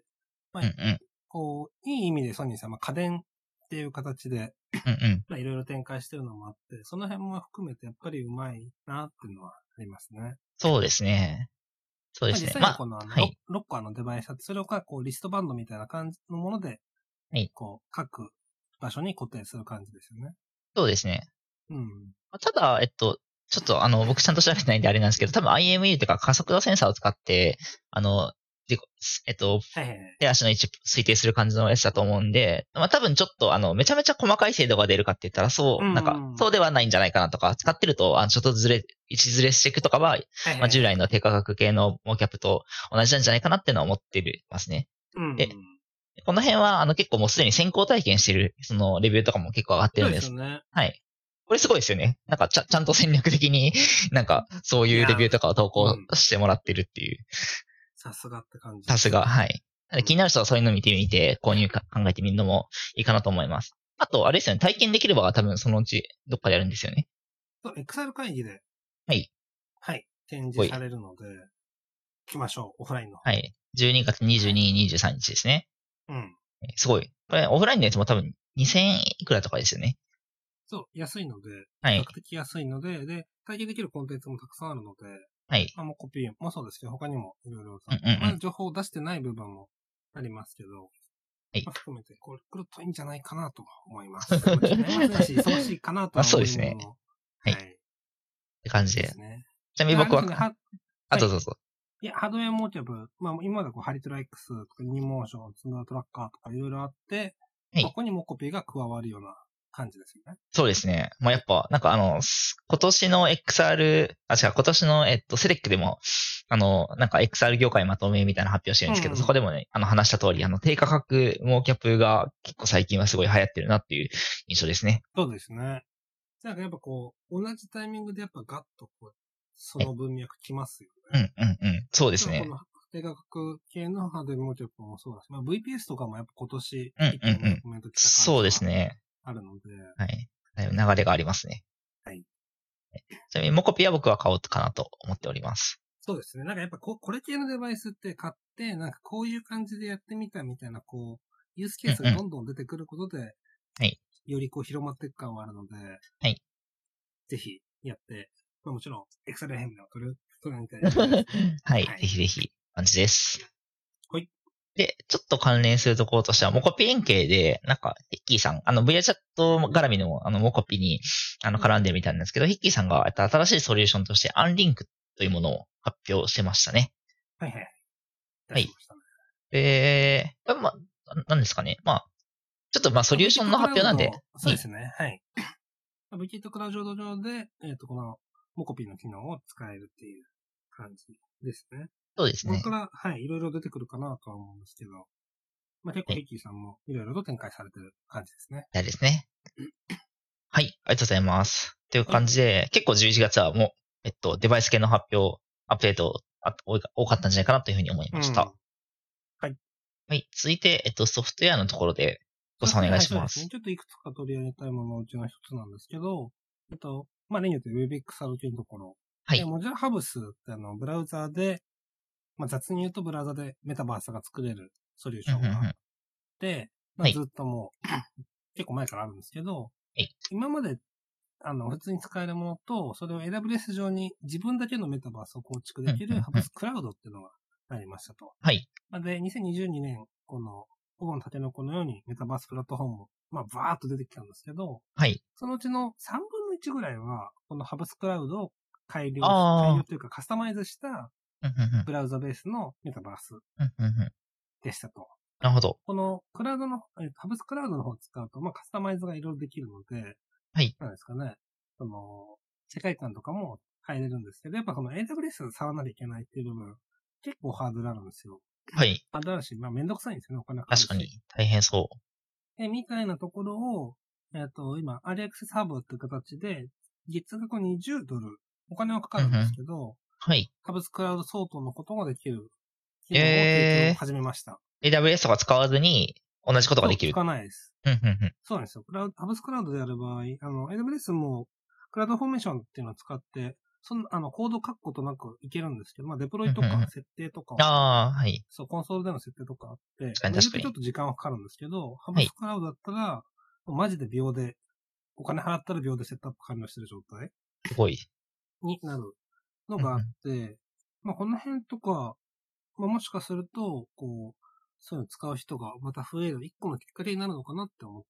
Speaker 1: う
Speaker 2: は
Speaker 1: ん
Speaker 2: い
Speaker 1: うん。うん
Speaker 2: こう、いい意味でソニーさん、まあ、家電っていう形で、
Speaker 1: うん。
Speaker 2: まあいろいろ展開してるのもあって、その辺も含めてやっぱりうまいなっていうのはありますね。
Speaker 1: そうですね。そうで
Speaker 2: まあ
Speaker 1: す
Speaker 2: 実
Speaker 1: ね。
Speaker 2: 際
Speaker 1: ま
Speaker 2: に
Speaker 1: あ
Speaker 2: こ、のあの、
Speaker 1: はい
Speaker 2: ろ6個あのデバイス、それをこうリストバンドみたいな感じのもので、
Speaker 1: はい
Speaker 2: こう、各場所に固定する感じですよね。
Speaker 1: そうですね。
Speaker 2: うん。
Speaker 1: ただ、えっと、ちょっとあの、僕ちゃんと調べてないんであれなんですけど、多分 IMU というか加速度センサーを使って、あの、でえっと、
Speaker 2: はいはいはい。
Speaker 1: 手足の位置推定する感じのやつだと思うんで、まあ多分ちょっとあの、めちゃめちゃ細かい精度が出るかって言ったら、そう、
Speaker 2: うん
Speaker 1: なんか、そうではないんじゃないかなとか、使ってると、あの、ちょっとずれ、位置ずれしていくとかは、
Speaker 2: はい
Speaker 1: ま
Speaker 2: は
Speaker 1: あ、
Speaker 2: い
Speaker 1: 従来の低価格系のモーキャップと同じなんじゃないかなっていうのは思ってますね。
Speaker 2: うん
Speaker 1: でこの辺は、あの、結構もうすでに先行体験してる、その、レビューとかも結構上がってる
Speaker 2: そうんで
Speaker 1: ですす。
Speaker 2: よね。
Speaker 1: はい。これすごいですよね。なんか、ちゃ、ちゃんと戦略的に、 なんか、そういうレビューとかを投稿してもらってるっていう。
Speaker 2: さすがって感じ。
Speaker 1: さすが、はい。なので気になる人はそういうの見てみて、購入か考えてみるのもいいかなと思います。あと、あれですよね、体験できれば多分そのうちどっかでやるんですよね。
Speaker 2: そう。Excel 会議で。
Speaker 1: はい。
Speaker 2: はい。展示されるので、行きましょう。オフラインの。
Speaker 1: はい。12月22、23日ですね。
Speaker 2: うん。
Speaker 1: えすごい。これ、オフラインのやつも多分2000いくらとかですよね。
Speaker 2: そう、安いので、
Speaker 1: は
Speaker 2: 比
Speaker 1: い
Speaker 2: 較。的安いので、で、体験できるコンテンツもたくさんあるので、
Speaker 1: はい。
Speaker 2: まあ、もうコピーもそうですけど、他にもいろいろと、
Speaker 1: うんうんうん
Speaker 2: まだ情報を出してない部分もありますけど、
Speaker 1: い
Speaker 2: まあ、含めて、これ来るといいんじゃないかなと思 います。まあ年末だし、忙しいかなと
Speaker 1: ま
Speaker 2: は思い
Speaker 1: あそうですね
Speaker 2: は
Speaker 1: はいい。って感じ
Speaker 2: で
Speaker 1: で。
Speaker 2: すね。
Speaker 1: ちなみに僕
Speaker 2: あれですね
Speaker 1: は、あ、どうぞどうぞ。
Speaker 2: いや、ハードウェアモーチャブ、まあ、今までこう、ハリトラ X とか、ニモーション、ツンダートラッカーとかいろいろあって、
Speaker 1: はい
Speaker 2: ここにもコピーが加わるような感じですよね。
Speaker 1: そうですね。まあ、やっぱ、なんかあの、す今年の XR、あ、違う、今年の、えっと、セレックでも、あの、なんか XR 業界まとめみたいな発表してるんですけど、
Speaker 2: うん
Speaker 1: そこでもね、あの、話した通り、あの、低価格モーキャップが結構最近はすごい流行ってるなっていう印象ですね。
Speaker 2: そうですね。なんかやっぱこう、同じタイミングでやっぱガッとこう、その文脈来ますよ
Speaker 1: う
Speaker 2: ね。
Speaker 1: ん、うん、うん。そうです
Speaker 2: こ
Speaker 1: ね。
Speaker 2: の低価格系のハードウェアモーチャブもそうだし、まあ、VPS とかもやっぱ今年、
Speaker 1: うんうんうん
Speaker 2: 一気にコメント来た感じが
Speaker 1: そうですね。
Speaker 2: あるので、
Speaker 1: はい。だいぶ流れがありますね。
Speaker 2: はい。
Speaker 1: ちなみに、モコピは僕は買おうかなと思っております。
Speaker 2: そうですね。なんかやっぱここれ系のデバイスって買って、なんかこういう感じでやってみたみたいな、こう、ユースケースがどんどん出てくることで、
Speaker 1: い
Speaker 2: よりこう広まっていく感はあるので、
Speaker 1: い
Speaker 2: ぜひやって、まあもちろん、エクセルヘムでも取る、取るみた いな。
Speaker 1: はい、
Speaker 2: はい
Speaker 1: ぜひぜひ、感じです。
Speaker 2: はい。
Speaker 1: で、ちょっと関連するところとしては、モコピ連携で、なんか、ヒッキーさん、あの、VR チャット絡みの、あの、モコピに、あの、絡んでるみたいなんですけど、ヒッキーさんが、えっと新しいソリューションとして、アンリンクというものを発表してましたね。
Speaker 2: はいはい。
Speaker 1: はいで、まあまあ、ななんですかね。まあ、ちょっとまあ、ソリューションの発表なんで、。
Speaker 2: そうですね。はい。VKit クラウド上で、えっ、と、この、モコピーの機能を使えるっていう感じですね。
Speaker 1: そうです
Speaker 2: これ
Speaker 1: ね
Speaker 2: か。ら、はい、いろいろ出てくるかなとは思うんですけど、まあ結構ヘッキーさんもいろいろと展開されてる感じですね。
Speaker 1: 大事ですね。はい、ありがとうございます。という感じで、結構11月はもう、えっと、デバイス系の発表、アップデート、あ多いか多かったんじゃないかなというふうに思いました。
Speaker 2: うん
Speaker 1: はい、続いて、えっと、ソフトウェアのところで、ごさんお願いしま
Speaker 2: は
Speaker 1: す
Speaker 2: そうでね。ちょっといくつか取り上げたいもののうちの一つなんですけど、えっと、まあ、例によって WebX ル系のところ。
Speaker 1: はい
Speaker 2: でモジュラハブスってあの、ブラウザーで、まあ、雑に言うとブラウザーでメタバースが作れるソリューション
Speaker 1: うんうんう
Speaker 2: があ
Speaker 1: ん
Speaker 2: って、ま
Speaker 1: は
Speaker 2: あ、
Speaker 1: い
Speaker 2: ずっともう、 結構前からあるんですけど、
Speaker 1: い
Speaker 2: 今まで、あの、普通に使えるものと、それを AWS 上に自分だけのメタバースを構築でき
Speaker 1: うんうんう
Speaker 2: る
Speaker 1: ん
Speaker 2: ハブスクラウドっていうのがありましたと。
Speaker 1: はい。
Speaker 2: まあで、2022年、この、オバの縦の子のようにメタバースプラットフォーム、まあ、バーっと出てきたんですけど、
Speaker 1: はい。
Speaker 2: そのうちの3分の1ぐらいは、このハブスクラウドを改良、
Speaker 1: あー
Speaker 2: 改良というかカスタマイズした
Speaker 1: うんうんうん
Speaker 2: ブラウザベースのメタバース
Speaker 1: うんうんうん
Speaker 2: でしたと。
Speaker 1: なるほど。
Speaker 2: このクラウドの、えーハブスクラウドの方を使うと、まあ、カスタマイズがいろいろできるので、
Speaker 1: はい。
Speaker 2: なんですかね。その、世界観とかも変えれるんですけど、やっぱこの AWS 触らなきゃいけないっていう部分、結構ハードルあるんですよ。
Speaker 1: はい。
Speaker 2: ハードルあるし、まあ、めんどくさいんですよね、お金かかるし
Speaker 1: 確かに。、大変そ
Speaker 2: で、みたいなところを、えっ、と、今、アリアクセスハブっていう形で、月額20ドル、お金はかかるんですけど、
Speaker 1: う。はい。
Speaker 2: ハブスクラウド相当のことができる。
Speaker 1: えー
Speaker 2: を始めました。
Speaker 1: AWS とか使わずに、同じことができる
Speaker 2: 聞。かないです。
Speaker 1: うんうんうん
Speaker 2: そうなんですよ。クラウド、ハブスクラウドでやる場合、あの、AWS も、クラウドフォーメーションっていうのを使って、その、あの、コード書くことなくいけるんですけど、まあ、デプロイと
Speaker 1: うんうんう
Speaker 2: か
Speaker 1: ん
Speaker 2: 設定とかを
Speaker 1: ああ、はい。
Speaker 2: そう、コンソールでの設定とかあって、
Speaker 1: かに確かに
Speaker 2: ちょっと時間はかかるんですけど、ハ
Speaker 1: い
Speaker 2: ブスクラウドだったら、もうマジで秒で、お金払ったら秒でセットアップ完了してる状態
Speaker 1: すごい。
Speaker 2: になるのがあって、まあこの辺とか、まあもしかすると、こう、そういうの使う人がまた増える一個のきっかけになるのかなって思って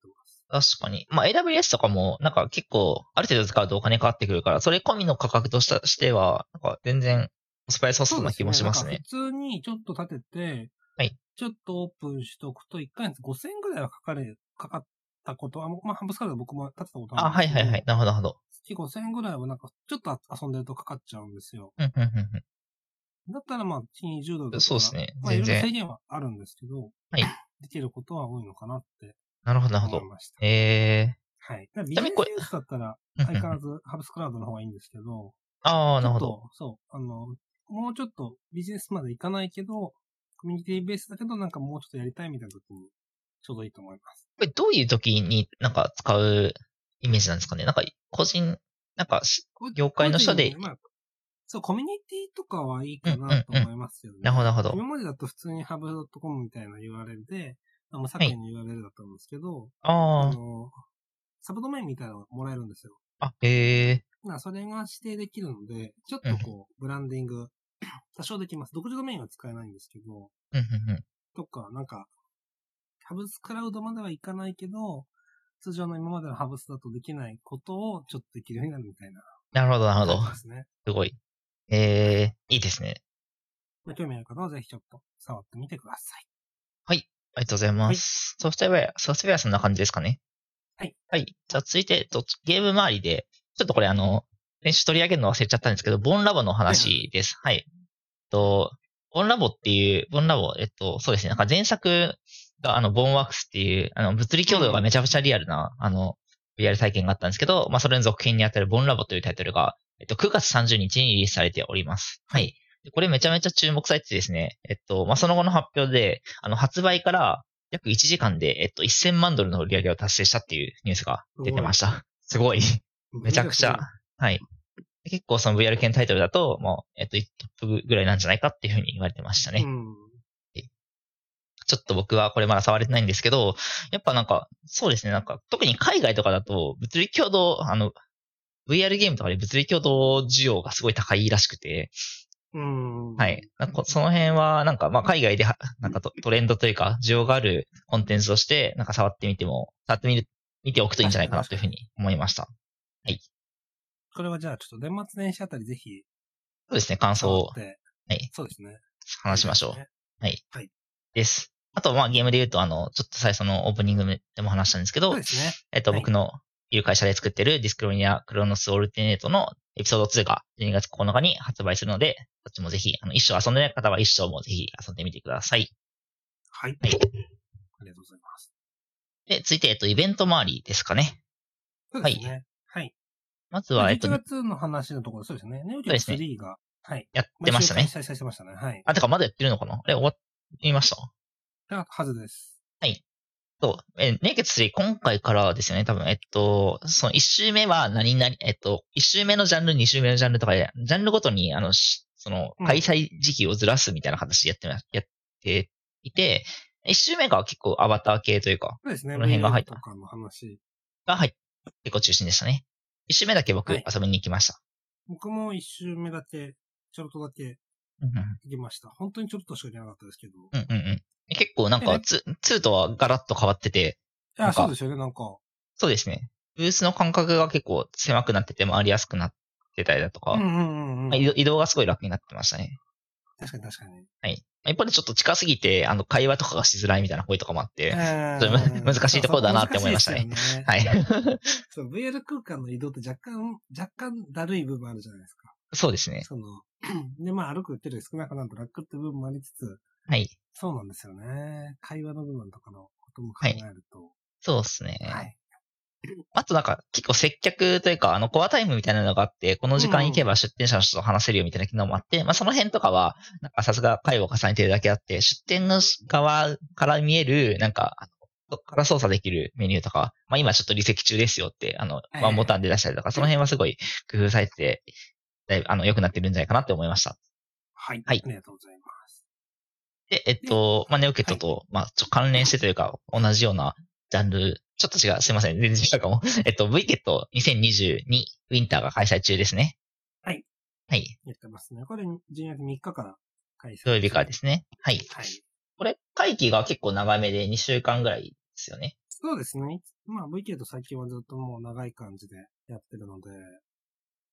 Speaker 2: ます。
Speaker 1: 確かに。まあ、AWS とかも、なんか結構、ある程度使うとお金かかってくるから、それ込みの価格としたしては、なんか全然、スパイソースな気もします
Speaker 2: なん
Speaker 1: ね
Speaker 2: か。普通にちょっと立てて、
Speaker 1: はい
Speaker 2: ちょっとオープンしておくと、1ヶ月5000円ぐらいはかかる、かかったことは、まあ、ハブスクラウド僕も立てたこと
Speaker 1: あ、
Speaker 2: るん
Speaker 1: は
Speaker 2: で
Speaker 1: い
Speaker 2: す
Speaker 1: は
Speaker 2: け
Speaker 1: い
Speaker 2: ど
Speaker 1: はい。なるほど、なるほど。
Speaker 2: 月5000円ぐらいはなんか、ちょっと遊んでるとかかっちゃうんですよ。
Speaker 1: うんうんうんうん
Speaker 2: だったらまあ、月20ドルとか。
Speaker 1: そうですね
Speaker 2: まあ、いろいろ
Speaker 1: 全然
Speaker 2: 制限はあるんですけど、
Speaker 1: はい。
Speaker 2: できることは多いのかなって
Speaker 1: なるほど、なるほ
Speaker 2: 思
Speaker 1: ど。
Speaker 2: いました。
Speaker 1: え
Speaker 2: はい。だからビ
Speaker 1: ちなみ
Speaker 2: ジネ
Speaker 1: にこ
Speaker 2: ス
Speaker 1: れ
Speaker 2: ユースだったら、
Speaker 1: えー。
Speaker 2: 相
Speaker 1: うんうん
Speaker 2: 変わらずハブスクラウドの方がいいんですけど、
Speaker 1: ああ、
Speaker 2: ち
Speaker 1: なる
Speaker 2: ょ
Speaker 1: ほ
Speaker 2: っ
Speaker 1: ど。
Speaker 2: と、そう、あの、もうちょっとビジネスまでいかないけど、コミュニティベースだけど、なんかもうちょっとやりたいみたいな時に、ちょうどいいと思います。
Speaker 1: これどういう時になんか使うイメージなんですかねなんか個人、なんかし、業界の人で
Speaker 2: 個人まあ、そう、コミュニティとかはいいかなと思いますよね。
Speaker 1: なるほど、なるほど。
Speaker 2: 今までだと普通に hub.com みたいな URL で、あの、さっきの URL だったんですけど、あ
Speaker 1: あ
Speaker 2: の、サブドメインみたいなのがもらえるんですよ。
Speaker 1: あ、あ、へえ、
Speaker 2: まあ、それが指定できるので、ちょっとこう、ブランディング、多少できます。独自ドメインは使えないんですけど、
Speaker 1: うん、うん、うん。
Speaker 2: とか、なんか、ハブスクラウドまではいかないけど、通常の今までのハブスだとできないことをちょっとできるようになるみたいな
Speaker 1: なるほど、なるほど
Speaker 2: 感じ。ですね。
Speaker 1: すごい。ええ、いいですね。
Speaker 2: まあ興味ある方はぜひちょっと触ってみてください。
Speaker 1: ありがとうございます。ソフトウェア、ソフトウェアそんな感じですかね。
Speaker 2: はい。
Speaker 1: はい。じゃあ続いて、えっとゲーム周りで、ちょっとこれあの、先週取り上げるの忘れちゃったんですけど、ボンラボの話です。はい。えっと、ボンラボっていう、ボンラボ、えっと、そうですね。なんか前作があの、ボンワークスっていう、あの、物理強度がめちゃくちゃリアルな、あの、VR 体験があったんですけど、まあ、それの続編にあたるボンラボというタイトルが、えっと、9月30日にリリースされております。はい。でこれめちゃめちゃ注目されててですね、えっと、まあ、その後の発表で、あの、発売から約1時間で、えっと、1000万ドルの売り上げを達成したっていうニュースが出てました。すごい。めちゃくちゃ。はい。結構その VR 系のタイトルだと、もう、えっと、トップぐらいなんじゃないかっていうふうに言われてましたね。
Speaker 2: うん。
Speaker 1: ちょっと僕はこれまだ触れてないんですけど、やっぱなんか、そうですね、なんか、特に海外とかだと、物理共同、あの、VR ゲームとかで物理共同需要がすごい高いらしくて、
Speaker 2: うん。
Speaker 1: はい。。なんかこその辺は、なんか、まあ、海外では、 なんかトトレンドというか、需要があるコンテンツとして、なんか触ってみても、触ってみる、見ておくといいんじゃないかなというふうに思いました。
Speaker 2: これはじゃあ、ちょっと年末年始あたりぜひ、
Speaker 1: そうですね、感想を
Speaker 2: 触って
Speaker 1: はい
Speaker 2: そうですね。
Speaker 1: 話しましょう。です。あと、まあ、ゲームで言うと、あの、ちょっと最初のオープニングでも話したんですけ
Speaker 2: そ
Speaker 1: ど
Speaker 2: う、ですね。
Speaker 1: えっと、
Speaker 2: はい
Speaker 1: 僕のいる会社で作ってるディスクロニアクロノスオルティネートのエピソード2が12月9日に発売するので、そっちもぜひ、あの、一生遊んでない方は一生もぜひ遊んでみてください。
Speaker 2: はい。あ
Speaker 1: は
Speaker 2: り
Speaker 1: い
Speaker 2: がとうございます。
Speaker 1: で、続いて、えっと、イベント周りですかね。
Speaker 2: そうですね。はい。
Speaker 1: まず
Speaker 2: で
Speaker 1: は、えっと、
Speaker 2: 11
Speaker 1: や
Speaker 2: 月の話のところ、そうですね。ネオジ
Speaker 1: そう
Speaker 2: オ
Speaker 1: ですね
Speaker 2: 3が、はい。
Speaker 1: ってましたね。
Speaker 2: 毎週開催してましたね。はい。
Speaker 1: あ、てか、まだやってるのかなあれ、終わりました
Speaker 2: だはずです。
Speaker 1: そう。え、年月3、今回からですよね、多分。えっと、その1周目は何々、えっと、1周目のジャンル、2周目のジャンルとかで、ジャンルごとに、あの、しその
Speaker 2: うん、
Speaker 1: 開催時期をずらすみたいな形でやってま、やっていて、1周目が結構アバター系というか、
Speaker 2: そうですね。
Speaker 1: この辺が入っ
Speaker 2: VR
Speaker 1: た
Speaker 2: とかの話。
Speaker 1: が入っ結構中心でしたね。1周目だけ僕、
Speaker 2: はい
Speaker 1: 遊びに行きました。
Speaker 2: 僕も一周目だけ、ちょろっとだけ
Speaker 1: うんうん
Speaker 2: 行きました。本当にちょろっとしか行けなかったですけど。
Speaker 1: うんうんうん。結構なんか、
Speaker 2: え
Speaker 1: ツ2とはガラッと変わってて、
Speaker 2: あ、
Speaker 1: なんか
Speaker 2: そうですよね。なんか、
Speaker 1: そうですね。ブースの間隔が結構狭くなってて、回りやすくなってたりだとか、
Speaker 2: うんうんうんうん。
Speaker 1: まあ移動移動がすごい楽になってましたね。
Speaker 2: 確かに確かに。
Speaker 1: 一方でちょっと近すぎて、あの、会話とかがしづらいみたいな声とかもあって、
Speaker 2: え
Speaker 1: それむ難しいところだなって思いましたね。
Speaker 2: そうそう難しいですよね
Speaker 1: はい。
Speaker 2: そう、VR 空間の移動って若干、若干だるい部分あるじゃないですか。
Speaker 1: そうですね。
Speaker 2: その、 で、まあ歩く手より少なくなると楽って部分もありつつ、
Speaker 1: はい。
Speaker 2: そうなんですよね。会話の部分とかのことも考えると。
Speaker 1: そうですね。
Speaker 2: はい。
Speaker 1: あとなんか、結構接客というか、あの、コアタイムみたいなのがあって、この時間行けば出店者の人と話せるよみたいな機能もあって、まあその辺とかは、なんかさすが会を重ねてるだけあって、出店の側から見える、なんか、あのそこから操作できるメニューとか、まあ今ちょっと離席中ですよって、あの、
Speaker 2: はい
Speaker 1: ワンボタンで出したりとか、その辺はすごい工夫されてて、だいぶ、あの、良くなってるんじゃないかなって思いました。
Speaker 2: はい。
Speaker 1: はい
Speaker 2: ありがとうございます。
Speaker 1: で、えっと、まあ、ネオケットと、まあ、ちょっと関連してというか、同じようなジャンル、ちょっと違う、すいません、全然違うかも。 えっと、V ケット2022ウィンターが開催中ですね。
Speaker 2: はい。
Speaker 1: はい。
Speaker 2: やってますね。これ、12月3日から開催。。
Speaker 1: 土曜日からですすね。はい。
Speaker 2: はい。
Speaker 1: これ、会期が結構長めで2週間ぐらいですよね。
Speaker 2: そうですね。まあ、VK と最近はずっともう長い感じでやってるので、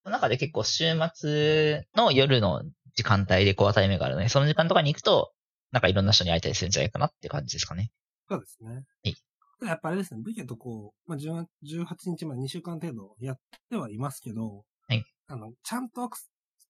Speaker 1: その中で結構週末の夜の時間帯でコアタイムがあるので、その時間とかに行くと、なんかいろんな人に会えたりするんじゃないかなって感じですかね。
Speaker 2: そうですね。
Speaker 1: い
Speaker 2: やっぱあれですね、VK とこう、まあ、10 18日まで2週間程度やってはいますけど、
Speaker 1: はい
Speaker 2: あの、ちゃんとアクセ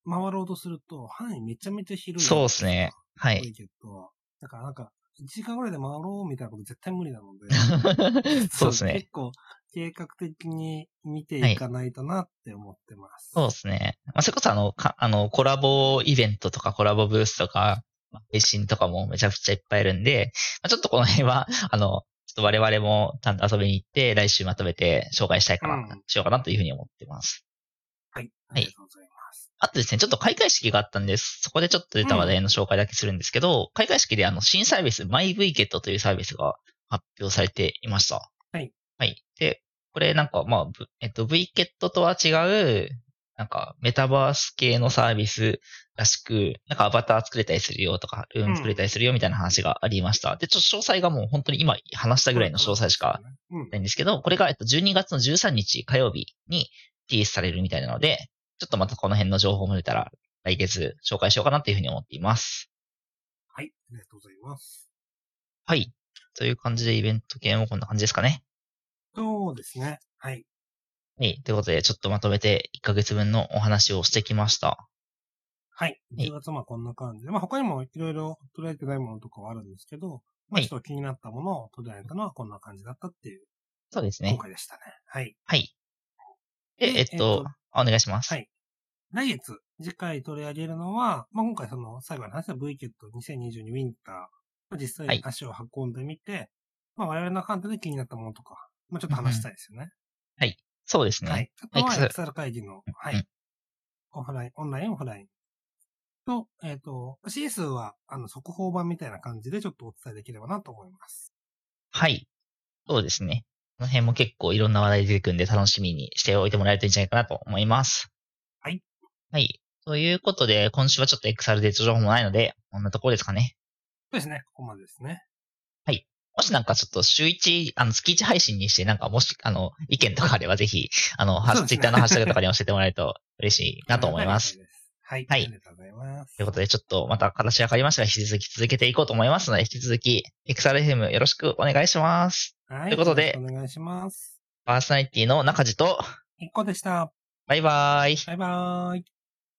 Speaker 2: 回ろうとすると、範囲めちゃめちゃ広い。
Speaker 1: そうですね。。は
Speaker 2: VK
Speaker 1: い。
Speaker 2: とは。だからなんか、1時間ぐらいで回ろうみたいなこと絶対無理なので。
Speaker 1: そうですね。
Speaker 2: 結構、計画的に見ていかないとなって思ってます。
Speaker 1: そうですね。まあ、それこそあの、か、あの、コラボイベントとかコラボブースとか、まあ配信とかもめちゃくちゃいっぱいいるんで、まあ、ちょっとこの辺は、 あの、ちょっと我々もちゃんと遊びに行って、来週まとめて紹介したいかな、
Speaker 2: うん
Speaker 1: しようかなというふうに思ってます。
Speaker 2: はい。あ
Speaker 1: はい
Speaker 2: りがとうございます。
Speaker 1: あとですね、ちょっと開会式があったんです。そこでちょっと出た話題の紹介だけするんですけど、開会式であの、新サービス、MyVKet というサービスが発表されていました。
Speaker 2: はい。
Speaker 1: はい。で、これなんか、まあ、ぶえっと、VKet とは違う、なんか、メタバース系のサービスらしく、なんかアバター作れたりするよとか、ルーム作れたりするよみたいな話がありました。で、ちょっと詳細がもう本当に今話したぐらいの詳細しか
Speaker 2: うん。
Speaker 1: ないんですけど、これが、えっと、12月の13日火曜日にリリースされるみたいなので、ちょっとまたこの辺の情報も出たら、来月紹介しようかなというふうに思っています。
Speaker 2: はい。ありがとうございます。
Speaker 1: はい。という感じでイベント系もこんな感じですかね。
Speaker 2: そうですね。はい。
Speaker 1: はい。ということで、ちょっとまとめて1ヶ月分のお話をしてきました。
Speaker 2: はい。
Speaker 1: はい
Speaker 2: 10月はまあこんな感じで。まあ他にもいろいろ取り上げてないものとかはあるんですけど、ま
Speaker 1: は
Speaker 2: あ
Speaker 1: い
Speaker 2: ちょっと気になったものを取り上げたのはこんな感じだったっていう
Speaker 1: そうです
Speaker 2: 今
Speaker 1: ね。
Speaker 2: 回でしたね。はい。
Speaker 1: はい。で、
Speaker 2: で
Speaker 1: えっ
Speaker 2: えっ
Speaker 1: と
Speaker 2: と、
Speaker 1: あお願いします。
Speaker 2: はい来月、次回取り上げるのは、まあ今回その最後の話した VKET 2022ウィンター、まあ実際に足を運んでみて、まあ我々の観点で気になったものとか、まあちょっと話したいですよね。
Speaker 1: そうですね。
Speaker 2: はい。あとは
Speaker 1: はい
Speaker 2: XR 会議の、は
Speaker 1: う
Speaker 2: い
Speaker 1: ん。
Speaker 2: オフライン、オンライン、オフライン。と、えっ、と、CS は、あの、速報版みたいな感じでちょっとお伝えできればなと思います。
Speaker 1: はい。そうですね。この辺も結構いろんな話題出てくるんで楽しみにしておいてもらえるといいんじゃないかなと思います。
Speaker 2: はい。
Speaker 1: はい。ということで、今週はちょっと XR デート情報もないので、こんなところですかね。
Speaker 2: そうですね、ここまでですね。
Speaker 1: もしなんかちょっと週1、あの、月1配信にして、なんかもし、あの、意見とかあればぜひ、あの、
Speaker 2: そう
Speaker 1: は
Speaker 2: ですね
Speaker 1: ツイッターのハッシュタグとかに教えてもらえると嬉しいなと思います。。
Speaker 2: はい。
Speaker 1: はい
Speaker 2: ありがとうございます。
Speaker 1: ということで、ちょっとまた形が変わりましたが、引き続き続けていこうと思いますので、引き続き XRFM よろしくお願いします。
Speaker 2: はい。
Speaker 1: ということで
Speaker 2: よろしくお願いします。
Speaker 1: パーソナリティの中地と、
Speaker 2: 一個でした。
Speaker 1: バイバイ。
Speaker 2: バイバーイ。